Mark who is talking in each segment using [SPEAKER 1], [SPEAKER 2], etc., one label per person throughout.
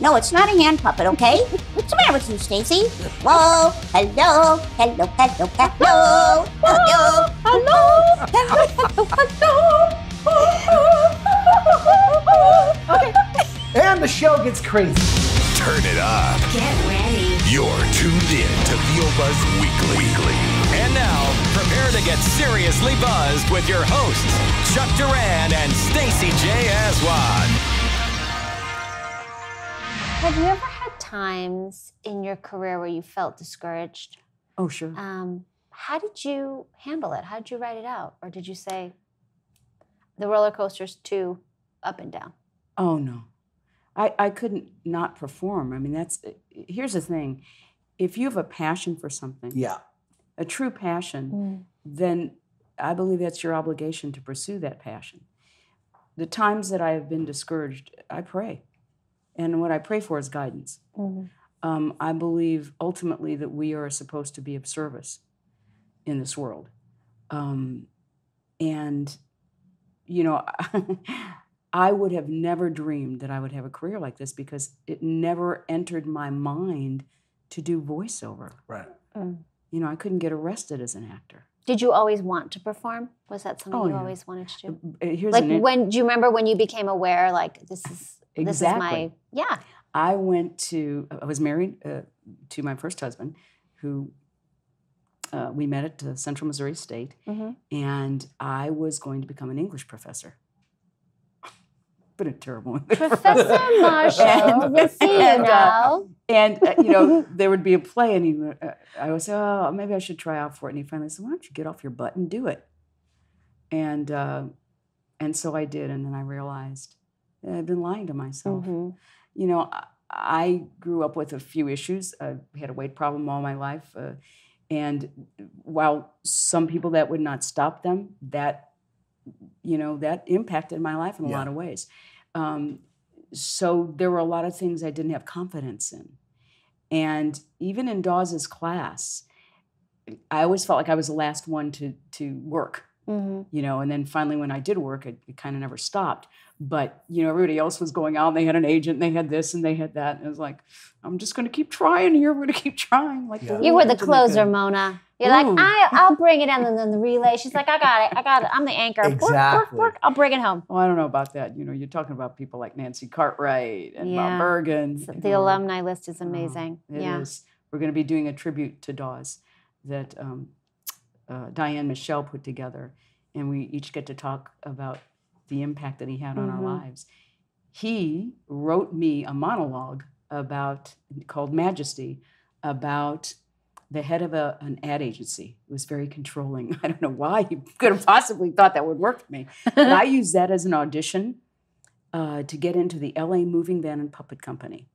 [SPEAKER 1] No, it's not a hand puppet, okay? What's the matter with you, Stacy? Whoa, hello, hello, hello, hello, hello, hello, hello, hello, hello. okay.
[SPEAKER 2] And the show gets crazy.
[SPEAKER 3] Turn it up.
[SPEAKER 4] Get ready.
[SPEAKER 3] You're tuned in to Feel Buzz Weekly.
[SPEAKER 5] And now, prepare to get seriously buzzed with your hosts, Chuck Duran and Stacy J. Aswan.
[SPEAKER 6] Have you ever had times in your career where you felt discouraged?
[SPEAKER 7] Oh, sure.
[SPEAKER 6] Um, how did you handle it? How did you write it out? Or did you say, the roller coaster's too up and down?
[SPEAKER 7] Oh no, I I couldn't not perform. I mean, that's here's the thing: if you have a passion for something,
[SPEAKER 2] Yeah.
[SPEAKER 7] a true passion, then I believe that's your obligation to pursue that passion. The times that I have been discouraged, I pray, and what I pray for is guidance. Um, I believe ultimately that we are supposed to be of service in this world, um, and you know. I would have never dreamed that I would have a career like this because it never entered my mind to do voiceover.
[SPEAKER 2] Right.
[SPEAKER 7] You know, I couldn't get arrested as an actor.
[SPEAKER 6] Did you always want to perform? Was that something
[SPEAKER 7] Oh,
[SPEAKER 6] you
[SPEAKER 7] yeah.
[SPEAKER 6] always wanted to do?
[SPEAKER 7] Uh, Here's
[SPEAKER 6] Like
[SPEAKER 7] an in-
[SPEAKER 6] when do you remember when you became aware like this is this is my
[SPEAKER 7] Exactly.
[SPEAKER 6] yeah.
[SPEAKER 7] I went to, I was married uh, to my first husband, who uh, we met at uh, Central Missouri State,
[SPEAKER 6] Mhm.
[SPEAKER 7] and I was going to become an English professor. Been a terrible one.
[SPEAKER 6] Professor Marshall,
[SPEAKER 7] And-
[SPEAKER 6] we see you
[SPEAKER 7] and, uh,
[SPEAKER 6] now.
[SPEAKER 7] And uh, you know, there would be a play, and he, would- uh, I would say, "Oh, maybe I should try out for it." And he finally said, "Why don't you get off your butt and do it?" And uh, and so I did, and then I realized that I'd been lying to myself.
[SPEAKER 6] Mhm.
[SPEAKER 7] You know, I, I grew up with a few issues. I had a weight problem all my life, uh, and while some people that would not stop them, that you know that impacted my life in a
[SPEAKER 2] Yeah.
[SPEAKER 7] lot of ways. Um, so there were a lot of things I didn't have confidence in. And even in Dawes's class, I always felt like I was the last one to to work,
[SPEAKER 6] Mhm.
[SPEAKER 7] you know. And then finally, when I did work, it, it kind of never stopped. But you know, everybody else was going out, and they had an agent, and they had this, and they had that. And it was like, I'm just going to keep trying here. We're going to keep trying. Like
[SPEAKER 2] Yeah.
[SPEAKER 7] little
[SPEAKER 6] You were the
[SPEAKER 7] agent that
[SPEAKER 6] closer,
[SPEAKER 7] could-
[SPEAKER 6] Mona. You're
[SPEAKER 7] Ooh.
[SPEAKER 6] like, I, I'll bring it in, and then the relay. She's like, I got it, I got it. I'm the anchor. Work, work,
[SPEAKER 2] Exactly.
[SPEAKER 6] work. I'll bring it home.
[SPEAKER 7] Well, I don't know about that. You know, you're talking about people like Nancy Cartwright and
[SPEAKER 6] Yeah.
[SPEAKER 7] Bob Bergen.
[SPEAKER 6] So
[SPEAKER 7] who
[SPEAKER 6] The
[SPEAKER 7] were-
[SPEAKER 6] alumni list is
[SPEAKER 7] Oh,
[SPEAKER 6] amazing.
[SPEAKER 7] Mm-hmm. It
[SPEAKER 6] yeah.
[SPEAKER 7] is. We're going to be doing a tribute to Dawes that um, uh, Diane Michelle put together, and we each get to talk about the impact that he had on
[SPEAKER 6] Mhm.
[SPEAKER 7] our lives. He wrote me a monologue about called Majesty about the head of a, an ad agency. It was very controlling. I don't know why he could have possibly thought that would work for me. But I used that as an audition uh, to get into the LA Moving Van and Puppet Company.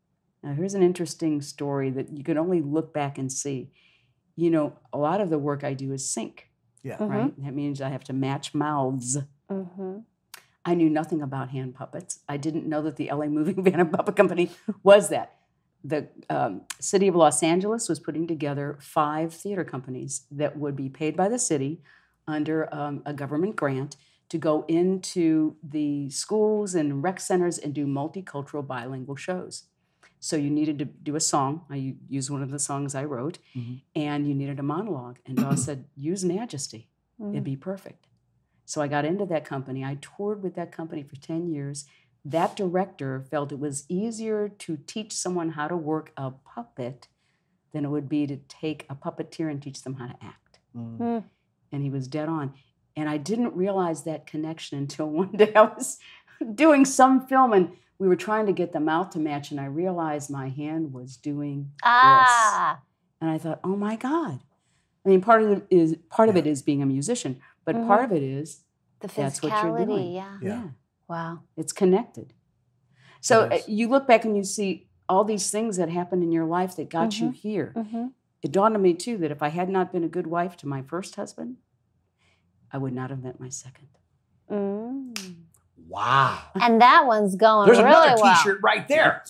[SPEAKER 7] Now, here's an interesting story that you can only look back and see. You know, a lot of the work I do is sync,
[SPEAKER 2] Yeah.
[SPEAKER 6] Mhm.
[SPEAKER 7] right? That means I have to match mouths.
[SPEAKER 6] Mm-hmm.
[SPEAKER 7] I knew nothing about hand puppets. I didn't know that the LA Moving Van and Puppet Company was that. The um, city of Los Angeles was putting together five theater companies that would be paid by the city under um, a government grant to go into the schools and rec centers and do multicultural bilingual shows. So you needed to do a song. I u- used one of the songs I wrote,
[SPEAKER 2] Mhm.
[SPEAKER 7] and you needed a monologue. And Dawes said, "Use Majesty." it'd be perfect. So I got into that company. I toured with that company for 10 years. That director felt it was easier to teach someone how to work a puppet than it would be to take a puppeteer and teach them how to act.
[SPEAKER 2] Mm.
[SPEAKER 7] And he was dead on. And I didn't realize that connection until one day I was doing some film and we were trying to get the mouth to match, and I realized my hand was doing
[SPEAKER 6] Ah.
[SPEAKER 7] and I thought, oh my God. I mean, part of it is part of it is being a musician, but
[SPEAKER 6] Mhm.
[SPEAKER 7] part of it is
[SPEAKER 6] The
[SPEAKER 7] That's what you're
[SPEAKER 6] physicality.
[SPEAKER 7] doing.
[SPEAKER 6] Yeah.
[SPEAKER 2] Yeah.
[SPEAKER 6] Wow.
[SPEAKER 7] it's connected. So
[SPEAKER 2] It
[SPEAKER 7] uh,
[SPEAKER 2] is.
[SPEAKER 7] you look back and you see all these things that happened in your life that got you here.
[SPEAKER 6] Mm-hmm.
[SPEAKER 7] It dawned on me too that if I had not been a good wife to my first husband, I would not have met my second.
[SPEAKER 6] Mm.
[SPEAKER 2] Wow.
[SPEAKER 6] And that one's going
[SPEAKER 2] There's
[SPEAKER 6] really
[SPEAKER 2] another
[SPEAKER 6] well.
[SPEAKER 2] T-shirt right there.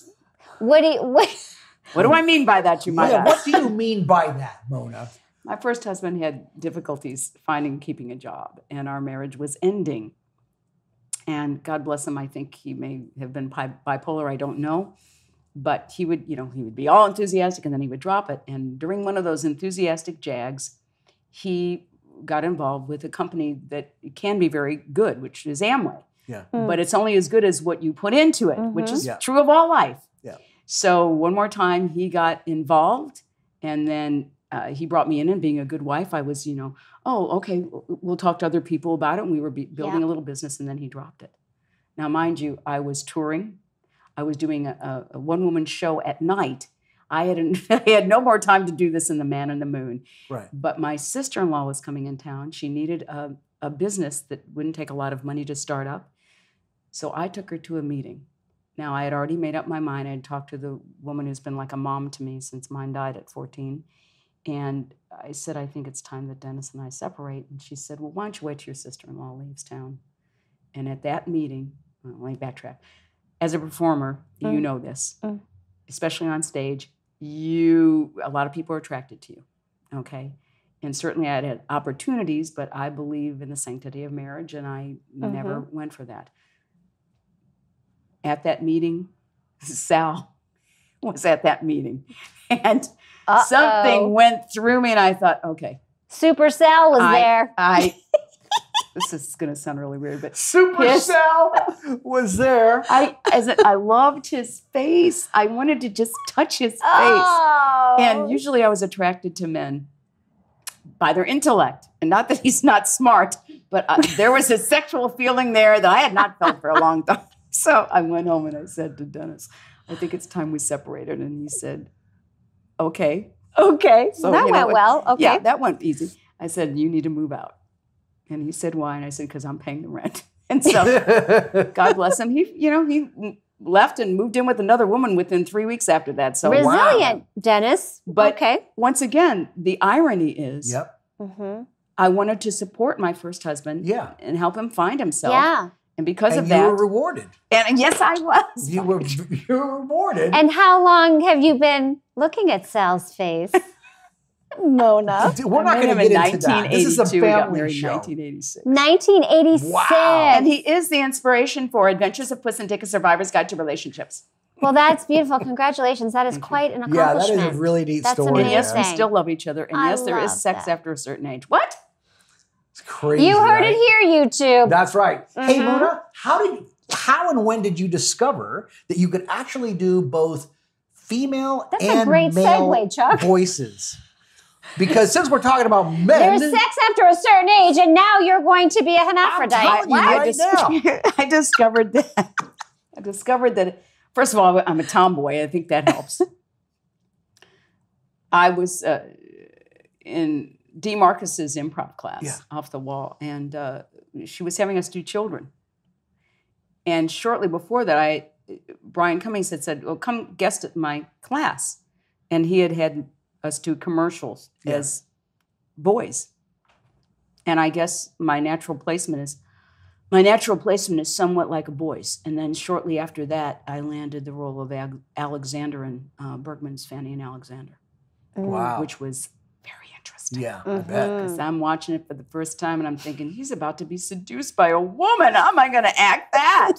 [SPEAKER 6] What do you, what,
[SPEAKER 7] What do I mean by that, you might
[SPEAKER 2] Oh. Yeah,
[SPEAKER 7] ask?
[SPEAKER 2] what do you mean by that, Mona?
[SPEAKER 7] My first husband had difficulties finding and keeping a job, and our marriage was ending. And God bless him, I think he may have been bi- bipolar, I don't know. But he would, you know, he would be all enthusiastic and then he would drop it. And during one of those enthusiastic jags, he got involved with a company that can be very good, which is Amway.
[SPEAKER 2] Yeah.
[SPEAKER 7] But it's only as good as what you put into it, which is
[SPEAKER 2] Mhm. Yeah.
[SPEAKER 7] true of all life.
[SPEAKER 2] Yeah.
[SPEAKER 7] So one more time, he got involved, and then uh, he brought me in. And being a good wife, I was, you know, oh, okay, w- we'll talk to other people about it. And we were be- building
[SPEAKER 6] Yeah.
[SPEAKER 7] a little business, and then he dropped it. Now, mind you, I was touring. I was doing a, a, a one-woman show at night. I had, an, I had no more time to do this in The Man in the Moon.
[SPEAKER 2] Right.
[SPEAKER 7] But my sister in law was coming in town. She needed a, a business that wouldn't take a lot of money to start up. So I took her to a meeting. Now, I had already made up my mind. I had talked to the woman who's been like a mom to me since mine died at 14. And I said, I think it's time that Dennis and I separate. And she said, Well, why don't you wait till your sister in law leaves town? And at that meeting, well, let me backtrack. As a performer, you know this,
[SPEAKER 6] Mm.
[SPEAKER 7] especially on stage, you a lot of people are attracted to you. Okay. And certainly I'd had opportunities, but I believe in the sanctity of marriage and I never
[SPEAKER 6] Mm-hmm.
[SPEAKER 7] went for that. At that meeting, Sal was at that meeting. And something
[SPEAKER 6] Uh-oh.
[SPEAKER 7] went through me and I thought, okay,
[SPEAKER 6] Super Sal was
[SPEAKER 7] I-
[SPEAKER 6] there.
[SPEAKER 7] I this is gonna sound really weird, but
[SPEAKER 2] Supercell was there.
[SPEAKER 7] I as a, I loved his face. I wanted to just touch his face.
[SPEAKER 6] Oh.
[SPEAKER 7] And usually I was attracted to men by their intellect. And not that he's not smart, but I, there was a sexual feeling there that I had not felt for a long time. So I went home and I said to Dennis, I think it's time we separated. And he said, Okay.
[SPEAKER 6] okay.
[SPEAKER 7] So,
[SPEAKER 6] that
[SPEAKER 7] you know
[SPEAKER 6] went
[SPEAKER 7] what-
[SPEAKER 6] well. Okay.
[SPEAKER 7] Yeah, that went easy. I said, You need to move out. And he said, Why? And I said, Because I'm paying the rent. And so God bless him. He, you know, he left and moved in with another woman within three weeks after that. So
[SPEAKER 6] Resilient, Dennis.
[SPEAKER 7] But-
[SPEAKER 6] okay.
[SPEAKER 7] once again, the irony is
[SPEAKER 2] yep.
[SPEAKER 6] Mm-hmm.
[SPEAKER 7] I wanted to support my first husband
[SPEAKER 2] Yeah.
[SPEAKER 7] and help him find himself.
[SPEAKER 6] Yeah.
[SPEAKER 7] And because
[SPEAKER 2] and
[SPEAKER 7] of
[SPEAKER 2] you
[SPEAKER 7] that,
[SPEAKER 2] were rewarded.
[SPEAKER 7] and yes, I was.
[SPEAKER 2] You were you were rewarded.
[SPEAKER 6] And how long have you been looking at Sal's face? Mona.
[SPEAKER 2] we're
[SPEAKER 7] I
[SPEAKER 2] not
[SPEAKER 7] met
[SPEAKER 2] going
[SPEAKER 7] him
[SPEAKER 2] to
[SPEAKER 7] in
[SPEAKER 2] get into that. This is a
[SPEAKER 7] 1982. We got married
[SPEAKER 2] family
[SPEAKER 7] in
[SPEAKER 2] show.
[SPEAKER 7] 1986.
[SPEAKER 6] 1986.
[SPEAKER 2] Wow.
[SPEAKER 7] And he is the inspiration for Adventures of Puss and Dick, a Survivor's Guide to Relationships.
[SPEAKER 6] well, that's beautiful. Congratulations. That is quite an
[SPEAKER 2] Yeah,
[SPEAKER 6] accomplishment.
[SPEAKER 2] that is a really neat
[SPEAKER 6] That's
[SPEAKER 2] story.
[SPEAKER 7] And yes, we
[SPEAKER 6] Amazing.
[SPEAKER 7] still love each other. And
[SPEAKER 6] I
[SPEAKER 7] yes, there is
[SPEAKER 6] love
[SPEAKER 7] sex
[SPEAKER 6] that.
[SPEAKER 7] after a certain age. What?
[SPEAKER 2] It's crazy.
[SPEAKER 6] you heard
[SPEAKER 2] right?
[SPEAKER 6] it here, YouTube.
[SPEAKER 2] That's right. Hey,
[SPEAKER 6] Mhm.
[SPEAKER 2] Mona, how did how and when did you discover that you could actually do both female
[SPEAKER 6] That's a
[SPEAKER 2] and
[SPEAKER 6] great
[SPEAKER 2] male
[SPEAKER 6] segue, Chuck.
[SPEAKER 2] voices? Because since we're talking about men,
[SPEAKER 6] There's sex after a certain age, and now you're going to be a hermaphrodite.
[SPEAKER 2] telling you
[SPEAKER 7] I,
[SPEAKER 2] right
[SPEAKER 7] dis-
[SPEAKER 2] now.
[SPEAKER 7] I discovered that. I discovered that. First of all, I'm a tomboy. I think that helps. I was uh, in DeMarcus's improv class
[SPEAKER 2] Yeah.
[SPEAKER 7] off the wall, and uh, she was having us do children. And shortly before that, I Brian Cummings had said, "Well, come guest at my class," and he had had us do commercials
[SPEAKER 2] Yeah.
[SPEAKER 7] as boys. And I guess my natural placement is my natural placement is somewhat like a boy's. And then shortly after that, I landed the role of Ag- Alexander in uh, Bergman's Fanny and Alexander,
[SPEAKER 2] wow,
[SPEAKER 7] Mm, which was very interesting.
[SPEAKER 2] yeah, I bet.
[SPEAKER 6] Mm-hmm. Mm.
[SPEAKER 7] Because I'm watching it for the first time and I'm thinking, he's about to be seduced by a woman. How am I going to act that?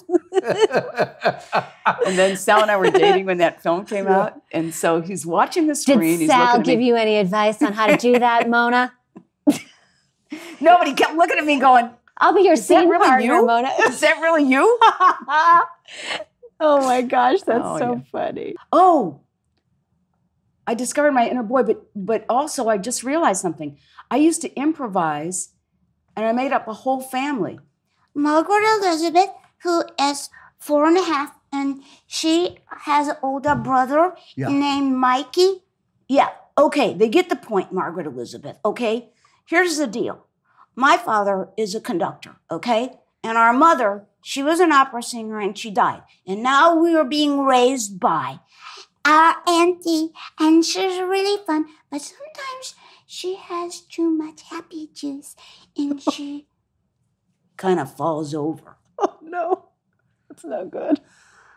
[SPEAKER 7] and then Sal and I were dating when that film came out. And so he's watching the
[SPEAKER 6] Did
[SPEAKER 7] screen. he's
[SPEAKER 6] Sal
[SPEAKER 7] looking at
[SPEAKER 6] give
[SPEAKER 7] me.
[SPEAKER 6] you any advice on how to do that, Mona?
[SPEAKER 7] Nobody kept looking at me going,
[SPEAKER 6] I'll be your
[SPEAKER 7] that
[SPEAKER 6] scene
[SPEAKER 7] really
[SPEAKER 6] partner,
[SPEAKER 7] you?
[SPEAKER 6] Mona.
[SPEAKER 7] is that really you?
[SPEAKER 6] oh my gosh, that's
[SPEAKER 7] Oh,
[SPEAKER 6] so
[SPEAKER 7] yeah.
[SPEAKER 6] funny.
[SPEAKER 7] oh i discovered my inner boy but but also i just realized something i used to improvise and i made up a whole family
[SPEAKER 1] Margaret Elizabeth, who is four and a half, and she has an older brother
[SPEAKER 2] Yeah.
[SPEAKER 1] named Mikey.
[SPEAKER 4] Yeah, okay, they get the point, Margaret Elizabeth, okay? Here's the deal. My father is a conductor, okay? And our mother, she was an opera singer and she died. And now we are being raised by.
[SPEAKER 1] Our auntie, and she's really fun, but sometimes she has too much happy juice, and she.
[SPEAKER 4] Kind of falls over.
[SPEAKER 7] no that's not good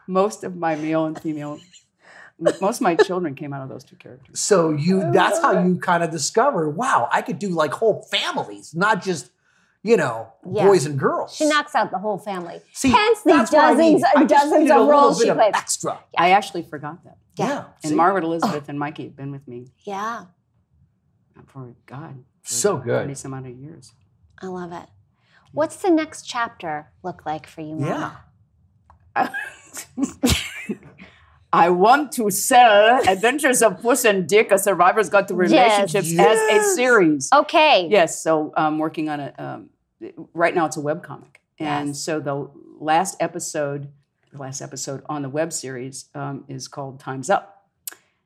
[SPEAKER 7] most of my male and female most of my children came out of those two characters
[SPEAKER 2] So
[SPEAKER 6] Uh-huh.
[SPEAKER 2] you that's how you kind of discover, wow, I could do like whole families, not just you know,
[SPEAKER 6] Yeah.
[SPEAKER 2] boys and girls.
[SPEAKER 6] She knocks out the whole family.
[SPEAKER 2] See,
[SPEAKER 6] Hence the
[SPEAKER 2] that's
[SPEAKER 6] dozens
[SPEAKER 2] what I mean. I
[SPEAKER 6] and
[SPEAKER 2] just
[SPEAKER 6] dozens
[SPEAKER 2] needed a
[SPEAKER 6] of
[SPEAKER 2] little
[SPEAKER 6] roles
[SPEAKER 2] bit
[SPEAKER 6] she
[SPEAKER 2] of
[SPEAKER 6] plays.
[SPEAKER 2] Extra.
[SPEAKER 7] I actually forgot that.
[SPEAKER 2] Yeah.
[SPEAKER 7] And
[SPEAKER 2] see? Oh.
[SPEAKER 7] Margaret Elizabeth and Mikey have been with me
[SPEAKER 6] Yeah,
[SPEAKER 7] for God. for
[SPEAKER 2] So good.
[SPEAKER 7] Thirty some odd years.
[SPEAKER 6] I love it. What's the next chapter look like for you, Mama?
[SPEAKER 2] Yeah.
[SPEAKER 7] I want to sell Adventures of Puss and Dick: A Survivor's Guide to Relationships as a
[SPEAKER 2] Yes.
[SPEAKER 7] series.
[SPEAKER 6] Okay.
[SPEAKER 7] Yes, so I'm working on a. Um, right now, it's a web comic, and
[SPEAKER 6] Yes.
[SPEAKER 7] so the last episode, the last episode on the web series um, is called "Time's Up."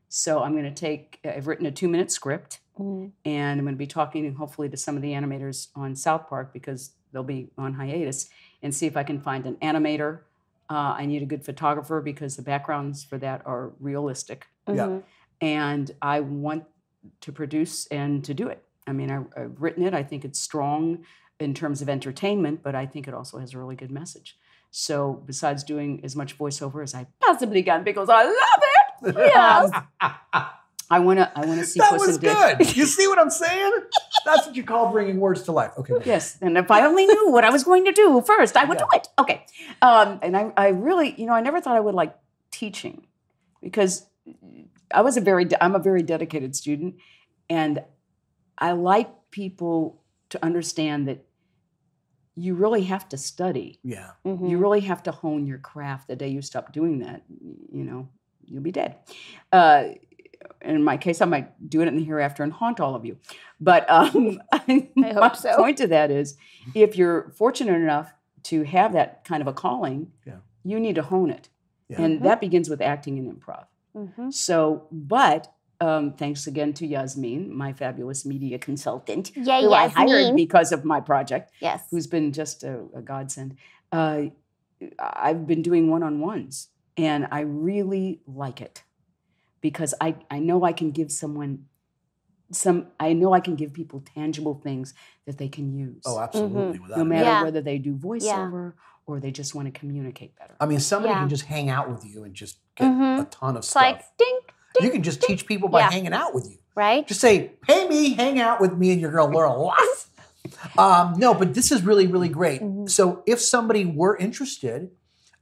[SPEAKER 7] So I'm going to take. I've written a two-minute script,
[SPEAKER 6] Mm.
[SPEAKER 7] and I'm going to be talking, hopefully, to some of the animators on South Park because they'll be on hiatus, and see if I can find an animator. Uh, I need a good photographer because the backgrounds for that are realistic
[SPEAKER 2] Yeah.
[SPEAKER 7] and I want to produce and to do it. I mean, I, I've written it. I think it's strong in terms of entertainment, but I think it also has a really good message. So, besides doing as much voiceover as I possibly can, because I love it, yes. I want to. I want to see
[SPEAKER 2] That
[SPEAKER 7] Puss
[SPEAKER 2] was
[SPEAKER 7] in Dick.
[SPEAKER 2] good. You see what I'm saying? That's what you call bringing words to life. Okay.
[SPEAKER 7] Yes, and if I only knew what I was going to do first, I would do it. Okay, um, and I, I really, you know, I never thought I would like teaching because I was a very, de- I'm a very dedicated student, and I like people to understand that you really have to study.
[SPEAKER 2] Yeah.
[SPEAKER 6] Mhm.
[SPEAKER 7] You really have to hone your craft. The day you stop doing that, you know, you'll be dead. Uh, in my case, I might do it in the hereafter and haunt all of you. But um, I
[SPEAKER 6] I hope
[SPEAKER 7] my
[SPEAKER 6] so.
[SPEAKER 7] point to that is, if you're fortunate enough to have that kind of a calling,
[SPEAKER 2] Yeah.
[SPEAKER 7] you need to hone it,
[SPEAKER 2] Yeah.
[SPEAKER 6] Mm-hmm.
[SPEAKER 7] and that begins with acting and improv.
[SPEAKER 6] Mhm.
[SPEAKER 7] So, but um, thanks again to Yasmin, my fabulous media consultant,
[SPEAKER 6] Yeah,
[SPEAKER 7] who I hired
[SPEAKER 6] Yasmin.
[SPEAKER 7] because of my project
[SPEAKER 6] Yes.
[SPEAKER 7] who's been just a, a godsend. Uh, I've been doing one on ones, and I really like it because I, I know I can give someone some, I know I can give people tangible things that they can use.
[SPEAKER 2] Oh, absolutely. Without
[SPEAKER 7] Mm-hmm. no
[SPEAKER 2] a doubt.
[SPEAKER 7] matter
[SPEAKER 6] Yeah.
[SPEAKER 7] whether they do voiceover or they just want to communicate better.
[SPEAKER 2] I mean, somebody
[SPEAKER 6] Yeah.
[SPEAKER 2] can just hang out with you and just get a
[SPEAKER 6] Mhm.
[SPEAKER 2] ton of
[SPEAKER 6] It's
[SPEAKER 2] stuff.
[SPEAKER 6] like ding,
[SPEAKER 2] you can just teach people by
[SPEAKER 6] Yeah.
[SPEAKER 2] hanging out with you.
[SPEAKER 6] right?
[SPEAKER 2] Just say, "Hey, me, hang out with me," and you're gonna learn a lot. Um, no, but this is really, really great. So, if somebody were interested,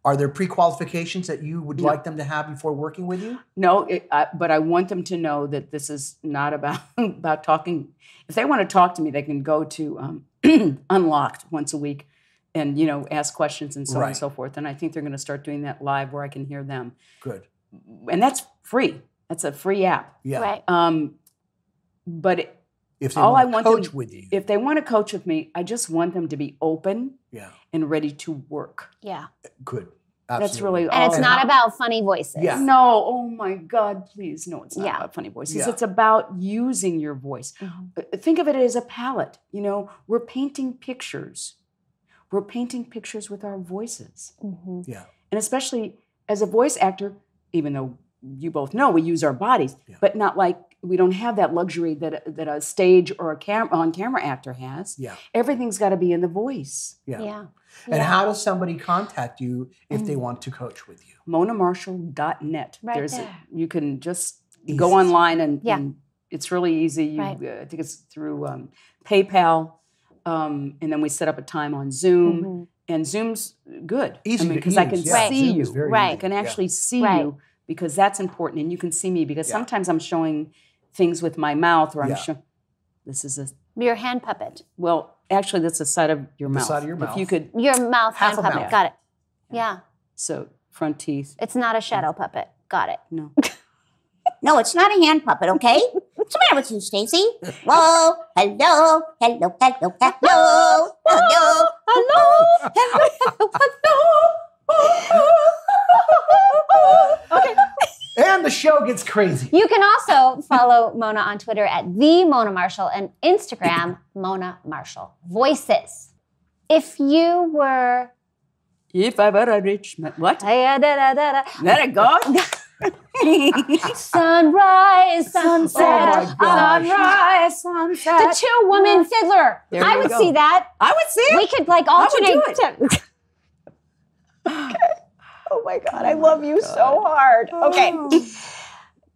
[SPEAKER 2] are there pre-qualifications that you would like them to have before working with you?
[SPEAKER 7] No, it, I, but I want them to know that this is not about about talking. If they want to talk to me, they can go to um, Unlocked once a week, and you know, ask questions and so on
[SPEAKER 2] Right.
[SPEAKER 7] and so forth. And I think they're going to start doing that live where I can hear them,
[SPEAKER 2] Good.
[SPEAKER 7] and that's free. That's a free app.
[SPEAKER 2] Yeah.
[SPEAKER 6] Right.
[SPEAKER 7] Um, but it-
[SPEAKER 2] If they
[SPEAKER 7] All
[SPEAKER 2] want
[SPEAKER 7] I
[SPEAKER 2] to
[SPEAKER 7] want
[SPEAKER 2] coach
[SPEAKER 7] them-
[SPEAKER 2] with you,
[SPEAKER 7] if they want to coach with me, I just want them to be open
[SPEAKER 2] yeah,
[SPEAKER 7] and ready to work.
[SPEAKER 6] Yeah.
[SPEAKER 2] good.
[SPEAKER 7] That's
[SPEAKER 2] Absolutely.
[SPEAKER 7] really all.
[SPEAKER 6] And it's
[SPEAKER 7] I
[SPEAKER 6] not
[SPEAKER 7] want.
[SPEAKER 6] about funny voices.
[SPEAKER 2] Yeah.
[SPEAKER 7] No, oh my God, please. No, it's not
[SPEAKER 6] Yeah.
[SPEAKER 7] about funny voices.
[SPEAKER 2] Yeah. Mm-hmm.
[SPEAKER 7] It's about using your voice. Uh, Think of it as a palette. You know, we're painting pictures. We're painting pictures with our voices.
[SPEAKER 6] Mhm.
[SPEAKER 2] yeah.
[SPEAKER 7] And especially as a voice actor, even though you both know we use our bodies,
[SPEAKER 2] Yeah.
[SPEAKER 7] but not like we don't have that luxury that, a- that a stage or a cam- on camera actor has.
[SPEAKER 2] Yeah.
[SPEAKER 7] Everything's got to be in the voice.
[SPEAKER 2] Yeah.
[SPEAKER 6] Yeah.
[SPEAKER 2] And how does somebody contact you if they
[SPEAKER 7] Mm.
[SPEAKER 2] want to coach with you?
[SPEAKER 7] monamarshall.net.
[SPEAKER 6] Right
[SPEAKER 7] There's
[SPEAKER 6] there.
[SPEAKER 7] you can just
[SPEAKER 2] Easy.
[SPEAKER 7] go online and,
[SPEAKER 6] Yeah.
[SPEAKER 7] and it's really easy. You,
[SPEAKER 6] Right.
[SPEAKER 7] uh, I think it's through um, PayPal, um, and then we set up a time on Zoom. And Zoom's good.
[SPEAKER 2] Easy
[SPEAKER 7] I mean,
[SPEAKER 2] to
[SPEAKER 7] because I
[SPEAKER 2] use,
[SPEAKER 7] can
[SPEAKER 2] yeah.
[SPEAKER 7] see
[SPEAKER 2] Zoom is
[SPEAKER 7] you.
[SPEAKER 2] very
[SPEAKER 6] Mm-hmm. Right.
[SPEAKER 2] easy,
[SPEAKER 7] I can
[SPEAKER 2] yeah.
[SPEAKER 7] actually see
[SPEAKER 6] Right.
[SPEAKER 7] you because that's important, and you can see me because
[SPEAKER 2] Yeah.
[SPEAKER 7] sometimes I'm showing things with my mouth or I'm
[SPEAKER 2] Yeah.
[SPEAKER 7] showing. This is a
[SPEAKER 6] Your hand puppet.
[SPEAKER 7] well. Actually, that's the side of your
[SPEAKER 2] The
[SPEAKER 7] mouth.
[SPEAKER 2] side of your
[SPEAKER 7] If you
[SPEAKER 2] mouth.
[SPEAKER 7] could,
[SPEAKER 6] Your mouth
[SPEAKER 2] Half
[SPEAKER 6] hand
[SPEAKER 2] a
[SPEAKER 6] puppet.
[SPEAKER 2] mouth.
[SPEAKER 6] Got it. Yeah.
[SPEAKER 7] so front teeth.
[SPEAKER 6] It's not a shadow puppet. Got it.
[SPEAKER 7] No.
[SPEAKER 1] No, it's not a hand puppet, okay? What's the matter with you, Stacy? Whoa, hello, hello, hello, hello, hello.
[SPEAKER 2] And the show gets crazy.
[SPEAKER 6] You can also follow Mona on Twitter at the Mona Marshall and Instagram Mona Marshall Voices. If you were Ah,
[SPEAKER 7] If I were a rich man, what?
[SPEAKER 6] da-da-da-da-da,
[SPEAKER 7] Let it go.
[SPEAKER 6] sunrise, sunset,
[SPEAKER 2] Oh my gosh.
[SPEAKER 7] Sunrise, sunset.
[SPEAKER 6] the two woman fiddler.
[SPEAKER 7] There
[SPEAKER 6] I
[SPEAKER 7] you
[SPEAKER 6] would
[SPEAKER 7] go.
[SPEAKER 6] see that.
[SPEAKER 7] I would see it.
[SPEAKER 6] We could like
[SPEAKER 7] I would
[SPEAKER 6] alternate.
[SPEAKER 7] do
[SPEAKER 6] Oh my God, I love you
[SPEAKER 7] Oh
[SPEAKER 6] so hard. Okay.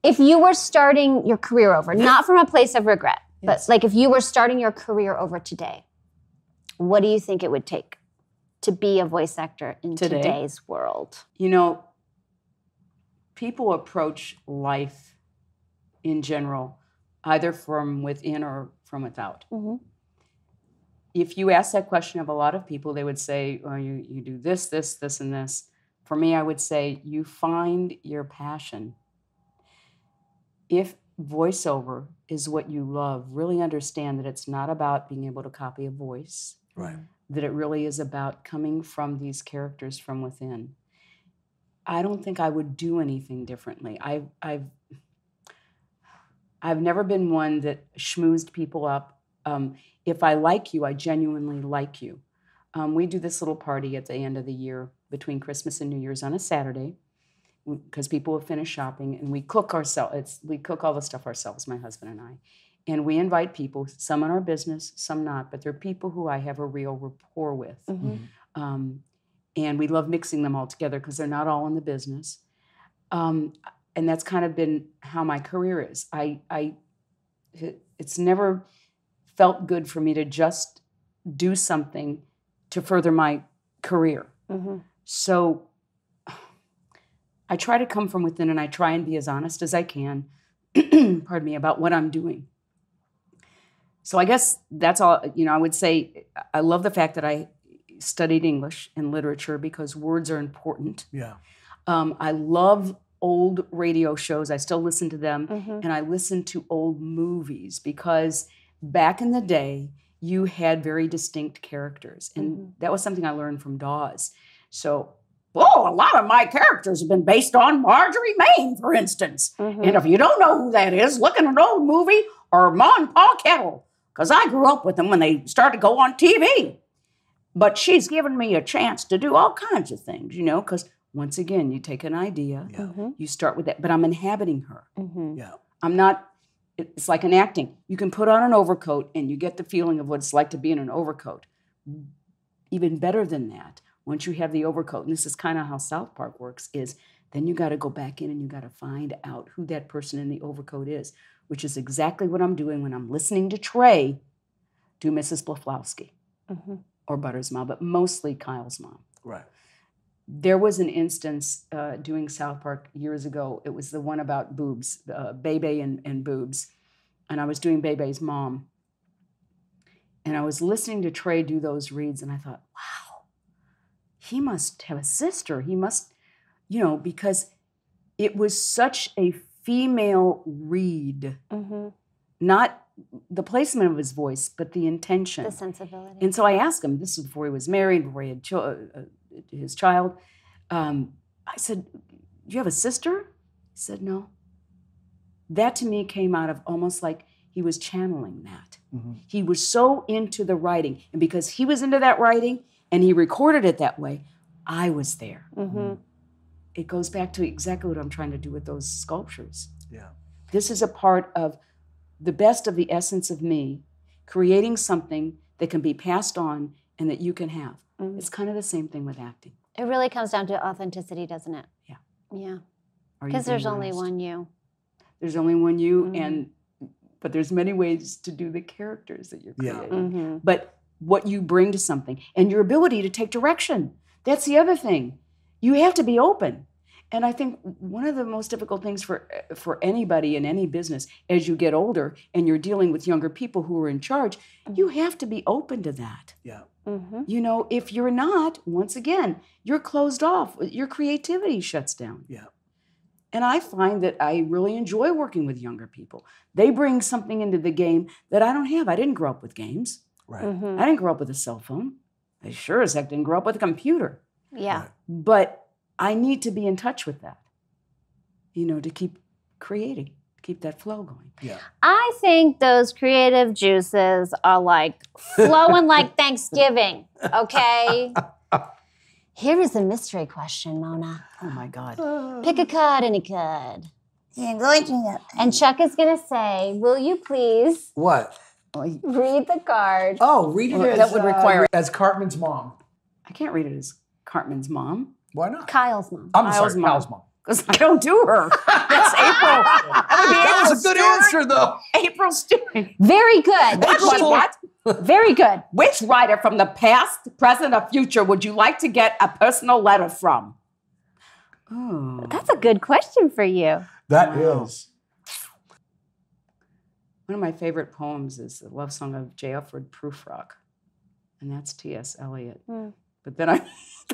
[SPEAKER 6] If you were starting your career over, not from a place of regret, but like if you were starting your career over today, What do you think it would take to be a voice actor in
[SPEAKER 7] Today?
[SPEAKER 6] today's world?
[SPEAKER 7] You know, people approach life in general either from within or from without.
[SPEAKER 6] Mhm.
[SPEAKER 7] If you ask that question of a lot of people, they would say, "Oh, you you do this, this, this, and this." For me, I would say you find your passion. If voiceover is what you love, really understand that it's not about being able to copy a voice
[SPEAKER 2] Right.
[SPEAKER 7] that it really is about coming from these characters from within. I don't think I would do anything differently. I've I've I've never been one that schmoozed people up. Um, if I like you, I genuinely like you. Um, we do this little party at the end of the year between Christmas and New Year's on a Saturday because people have finished shopping and we cook ourselves. It's we cook all the stuff ourselves, my husband and I. And we invite people, some in our business, some not, but they're people who I have a real rapport with. Um, and we love mixing them all together because they're not all in the business. Um, and that's kind of been how my career is. I, I, it- it's never felt good for me to just do something to further my career. So I try to come from within and I try and be as honest as I can, pardon me, about what I'm doing. So I guess that's all, you know, I would say I love the fact that I studied English and literature because words are important.
[SPEAKER 2] Yeah.
[SPEAKER 7] Um, I love old radio shows. I still listen to them and I listen to old movies because back in the day, you had very distinct characters. And that was something I learned from Dawes. So,
[SPEAKER 4] Whoa, a lot of my characters have been based on Marjorie Main, for instance. And if you don't know who that is, look at an old movie or Ma and Pa Kettle, because I grew up with them when they started to go on TV. But she's given me a chance to do all kinds of things, you know, because
[SPEAKER 7] once again, you take an idea,
[SPEAKER 2] Yeah.
[SPEAKER 7] you start with that, but I'm inhabiting her.
[SPEAKER 2] Yeah.
[SPEAKER 7] I'm not. it- It's like an acting. You can put on an overcoat and you get the feeling of what it's like to be in an overcoat. Even better than that, once you have the overcoat, and this is kind of how South Park works, is then you got to go back in and you got to find out who that person in the overcoat is, which is exactly what I'm doing when I'm listening to Trey do Mrs. Blaflowski or Butter's mom, but mostly Kyle's mom
[SPEAKER 2] Right.
[SPEAKER 7] there was an instance uh, doing South Park years ago. It was the one about boobs, uh, Bebe and, and boobs. And I was doing Bebe's mom. And I was listening to Trey do those reads, and I thought, wow, he must have a sister. He must, you know, because it was such a female read, not the placement of his voice, but the intention.
[SPEAKER 6] The sensibility.
[SPEAKER 7] And so I asked him, this was before he was married, before he had chil- uh, uh, his child. Um, I said, Do you have a sister? He said, No. That to me came out of almost like he was channeling that.
[SPEAKER 2] Mm-hmm.
[SPEAKER 7] He was so into the writing. And because he was into that writing and he recorded it that way, I was there.
[SPEAKER 6] Mm-hmm.
[SPEAKER 7] It goes back to exactly what I'm trying to do with those sculptures.
[SPEAKER 2] Yeah.
[SPEAKER 7] This is a part of the best of the essence of me, creating something that can be passed on and that you can have.
[SPEAKER 6] Mm.
[SPEAKER 7] It's kind of the same thing with acting.
[SPEAKER 6] It really comes down to authenticity, doesn't it?
[SPEAKER 7] Yeah.
[SPEAKER 6] Yeah.
[SPEAKER 7] Are you
[SPEAKER 6] Because there's
[SPEAKER 7] being
[SPEAKER 6] only
[SPEAKER 7] honest?
[SPEAKER 6] one you.
[SPEAKER 7] There's only one you,
[SPEAKER 6] Mhm.
[SPEAKER 7] and but there's many ways to do the characters that you're
[SPEAKER 2] Yeah.
[SPEAKER 7] creating.
[SPEAKER 6] Mm.
[SPEAKER 7] But what you bring to something and your ability to take direction. That's the other thing. You have to be open. And I think one of the most difficult things for for anybody in any business as you get older and you're dealing with younger people who are in charge, you have to be open to that.
[SPEAKER 2] Yeah.
[SPEAKER 7] You know, if you're not, once again, you're closed off. Your creativity shuts down.
[SPEAKER 2] Yeah.
[SPEAKER 7] And I find that I really enjoy working with younger people. They bring something into the game that I don't have. I didn't grow up with games.
[SPEAKER 2] Right.
[SPEAKER 6] Mm-hmm.
[SPEAKER 7] I didn't grow up with a cell phone. I sure as heck didn't grow up with a computer.
[SPEAKER 6] Yeah.
[SPEAKER 2] Right.
[SPEAKER 7] But I need to be in touch with that, you know, to keep creating, keep that flow going.
[SPEAKER 2] Yeah.
[SPEAKER 6] I think those creative juices are like flowing like Thanksgiving, okay? Here is a mystery question, Mona.
[SPEAKER 7] Oh my God.
[SPEAKER 2] Uh.
[SPEAKER 6] Pick a card, any card.
[SPEAKER 1] I'm going to.
[SPEAKER 6] And Chuck is going to say, Will you please
[SPEAKER 2] What?
[SPEAKER 6] read the card?
[SPEAKER 2] Oh, read it
[SPEAKER 7] Well,
[SPEAKER 2] as
[SPEAKER 7] that would
[SPEAKER 2] uh,
[SPEAKER 7] require-
[SPEAKER 2] as Cartman's mom.
[SPEAKER 7] I can't read it as Cartman's mom
[SPEAKER 2] Why not?
[SPEAKER 6] Kyle's mom.
[SPEAKER 2] I'm
[SPEAKER 7] Kyle's
[SPEAKER 2] sorry,
[SPEAKER 7] mom.
[SPEAKER 2] Kyle's mom.
[SPEAKER 7] because I don't do her. That's April.
[SPEAKER 2] That was a good answer, though.
[SPEAKER 7] April Stewart.
[SPEAKER 6] Very good.
[SPEAKER 2] April,
[SPEAKER 6] Very good.
[SPEAKER 7] Which writer from the past, present, or future would you like to get a personal letter from? Oh,
[SPEAKER 6] That's a good question for you.
[SPEAKER 2] That is.
[SPEAKER 7] Wow. one of my favorite poems is the love song of J. Alfred Prufrock, and that's T.S. Eliot.
[SPEAKER 6] Hmm.
[SPEAKER 7] But then I, then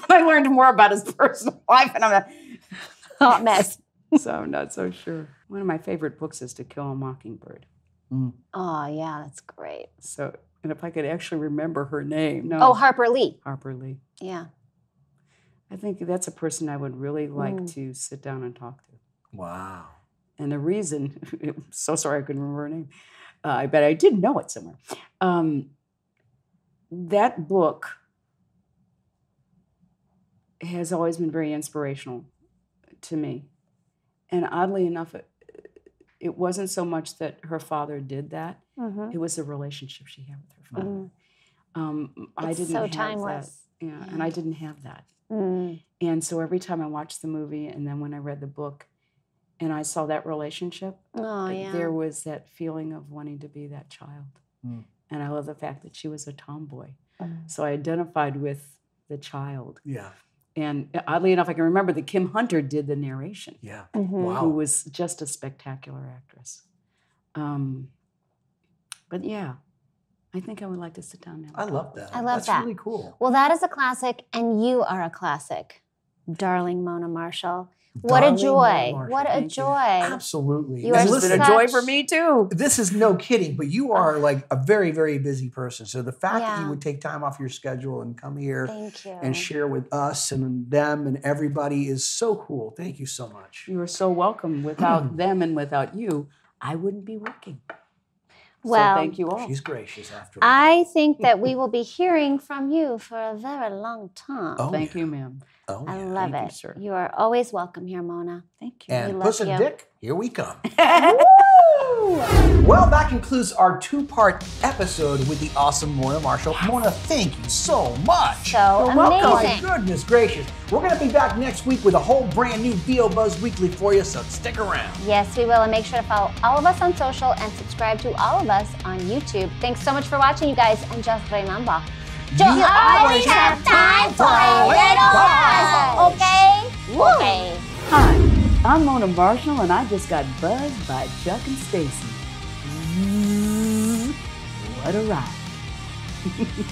[SPEAKER 7] I learned more about his personal life, and I'm like,
[SPEAKER 6] Hot mess.
[SPEAKER 7] so I'm not so sure. One of my favorite books is To Kill a Mockingbird.
[SPEAKER 6] Oh, yeah, that's great.
[SPEAKER 7] So, and if I could actually remember her name, no,
[SPEAKER 6] Oh, Harper Lee.
[SPEAKER 7] Harper Lee.
[SPEAKER 6] Yeah.
[SPEAKER 7] I think that's a person I would really like
[SPEAKER 6] Mm.
[SPEAKER 7] to sit down and talk to.
[SPEAKER 2] Wow.
[SPEAKER 7] And the reason, I'm so sorry I couldn't remember her name. Uh, I bet I did know it somewhere. Um, that book has always been very inspirational to me. And oddly enough, it, it wasn't so much that her father did that,
[SPEAKER 6] Mm-hmm.
[SPEAKER 7] it was the relationship she had with her father.
[SPEAKER 6] Mm.
[SPEAKER 7] Um, I
[SPEAKER 6] It's
[SPEAKER 7] didn't
[SPEAKER 6] so
[SPEAKER 7] have
[SPEAKER 6] timeless.
[SPEAKER 7] that. Yeah, and I didn't have that.
[SPEAKER 6] Mm.
[SPEAKER 7] And so every time I watched the movie and then when I read the book and I saw that relationship,
[SPEAKER 6] Oh,
[SPEAKER 7] like,
[SPEAKER 6] yeah.
[SPEAKER 7] there was that feeling of wanting to be that child.
[SPEAKER 2] Mm.
[SPEAKER 7] And I love the fact that she was a tomboy.
[SPEAKER 6] Mm.
[SPEAKER 7] So I identified with the child.
[SPEAKER 2] Yeah.
[SPEAKER 7] And uh, oddly enough, I can remember that Kim Hunter did the narration,
[SPEAKER 2] Yeah.
[SPEAKER 6] Mhm.
[SPEAKER 7] Mm. who
[SPEAKER 2] Wow.
[SPEAKER 7] was just a spectacular actress. Um, but yeah, I think I would like to sit down now.
[SPEAKER 2] I love that.
[SPEAKER 6] I love
[SPEAKER 2] That's
[SPEAKER 6] that.
[SPEAKER 2] really cool.
[SPEAKER 6] Well, that is a classic, and you are a classic, darling Mona Marshall. What a
[SPEAKER 2] Darling
[SPEAKER 6] joy!
[SPEAKER 2] Mona
[SPEAKER 6] What a
[SPEAKER 7] Marshall, thank you.
[SPEAKER 6] joy!
[SPEAKER 2] Absolutely.
[SPEAKER 6] You
[SPEAKER 2] And
[SPEAKER 6] are
[SPEAKER 7] It's been a
[SPEAKER 6] such-
[SPEAKER 7] joy for me too.
[SPEAKER 2] this is no kidding, but you are like a very, very busy person. So the fact that
[SPEAKER 6] Yeah.
[SPEAKER 2] you would take time off your schedule and come here
[SPEAKER 6] Thank you.
[SPEAKER 2] and share with us and them and everybody is so cool. Thank you so much.
[SPEAKER 7] You are so welcome.
[SPEAKER 2] Hmm.
[SPEAKER 7] Without them and without you, I wouldn't be working.
[SPEAKER 6] Well,
[SPEAKER 7] so thank you all.
[SPEAKER 2] She's gracious after all.
[SPEAKER 6] I think that we will be hearing from you for a very long time.
[SPEAKER 2] Oh,
[SPEAKER 7] Thank
[SPEAKER 2] yeah.
[SPEAKER 7] you, ma'am.
[SPEAKER 2] Oh,
[SPEAKER 6] I
[SPEAKER 2] yeah.
[SPEAKER 6] love
[SPEAKER 7] thank you,
[SPEAKER 6] it.
[SPEAKER 7] sir.
[SPEAKER 6] You are always welcome here, Mona.
[SPEAKER 7] Thank you.
[SPEAKER 2] And
[SPEAKER 6] love
[SPEAKER 2] Puss and
[SPEAKER 6] you.
[SPEAKER 2] Dick, here we come. well, that concludes our two part episode with the awesome Mona Marshall. Mona, thank you so much.
[SPEAKER 6] So
[SPEAKER 2] My
[SPEAKER 6] amazing.
[SPEAKER 2] goodness gracious. We're going to be back next week with a whole brand new VO Buzz Weekly for you, so stick around.
[SPEAKER 6] Yes, we will. And make sure to follow all of us on social and subscribe to all of us on YouTube. Thanks so much for watching, you guys. And just remember, you
[SPEAKER 2] You
[SPEAKER 6] always have time for a little buzz. Okay? Okay.
[SPEAKER 7] Hi, I'm Mona Marshall, and I just got buzzed by Chuck and Stacy. Mm-hmm. What a ride.
[SPEAKER 5] Come on,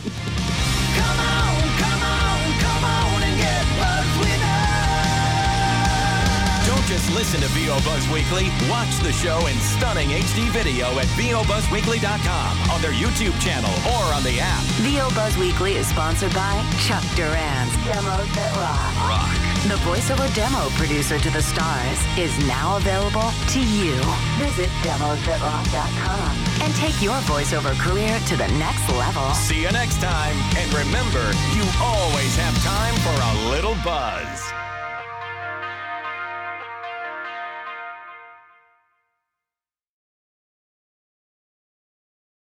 [SPEAKER 5] come on, come on and get buzzed with us. Don't just listen to VO Buzz Weekly. Watch the show in stunning HD video at VOBuzzWeekly.com on their YouTube channel or on the app.
[SPEAKER 8] VO Buzz Weekly is sponsored by Chuck Duran's Demos That Rock.
[SPEAKER 5] Rock.
[SPEAKER 8] The voiceover demo producer to the stars is now available to you. Visit demosthatrock.com and take your voiceover career to the next level.
[SPEAKER 5] See you next time. And remember, you always have time for a little buzz.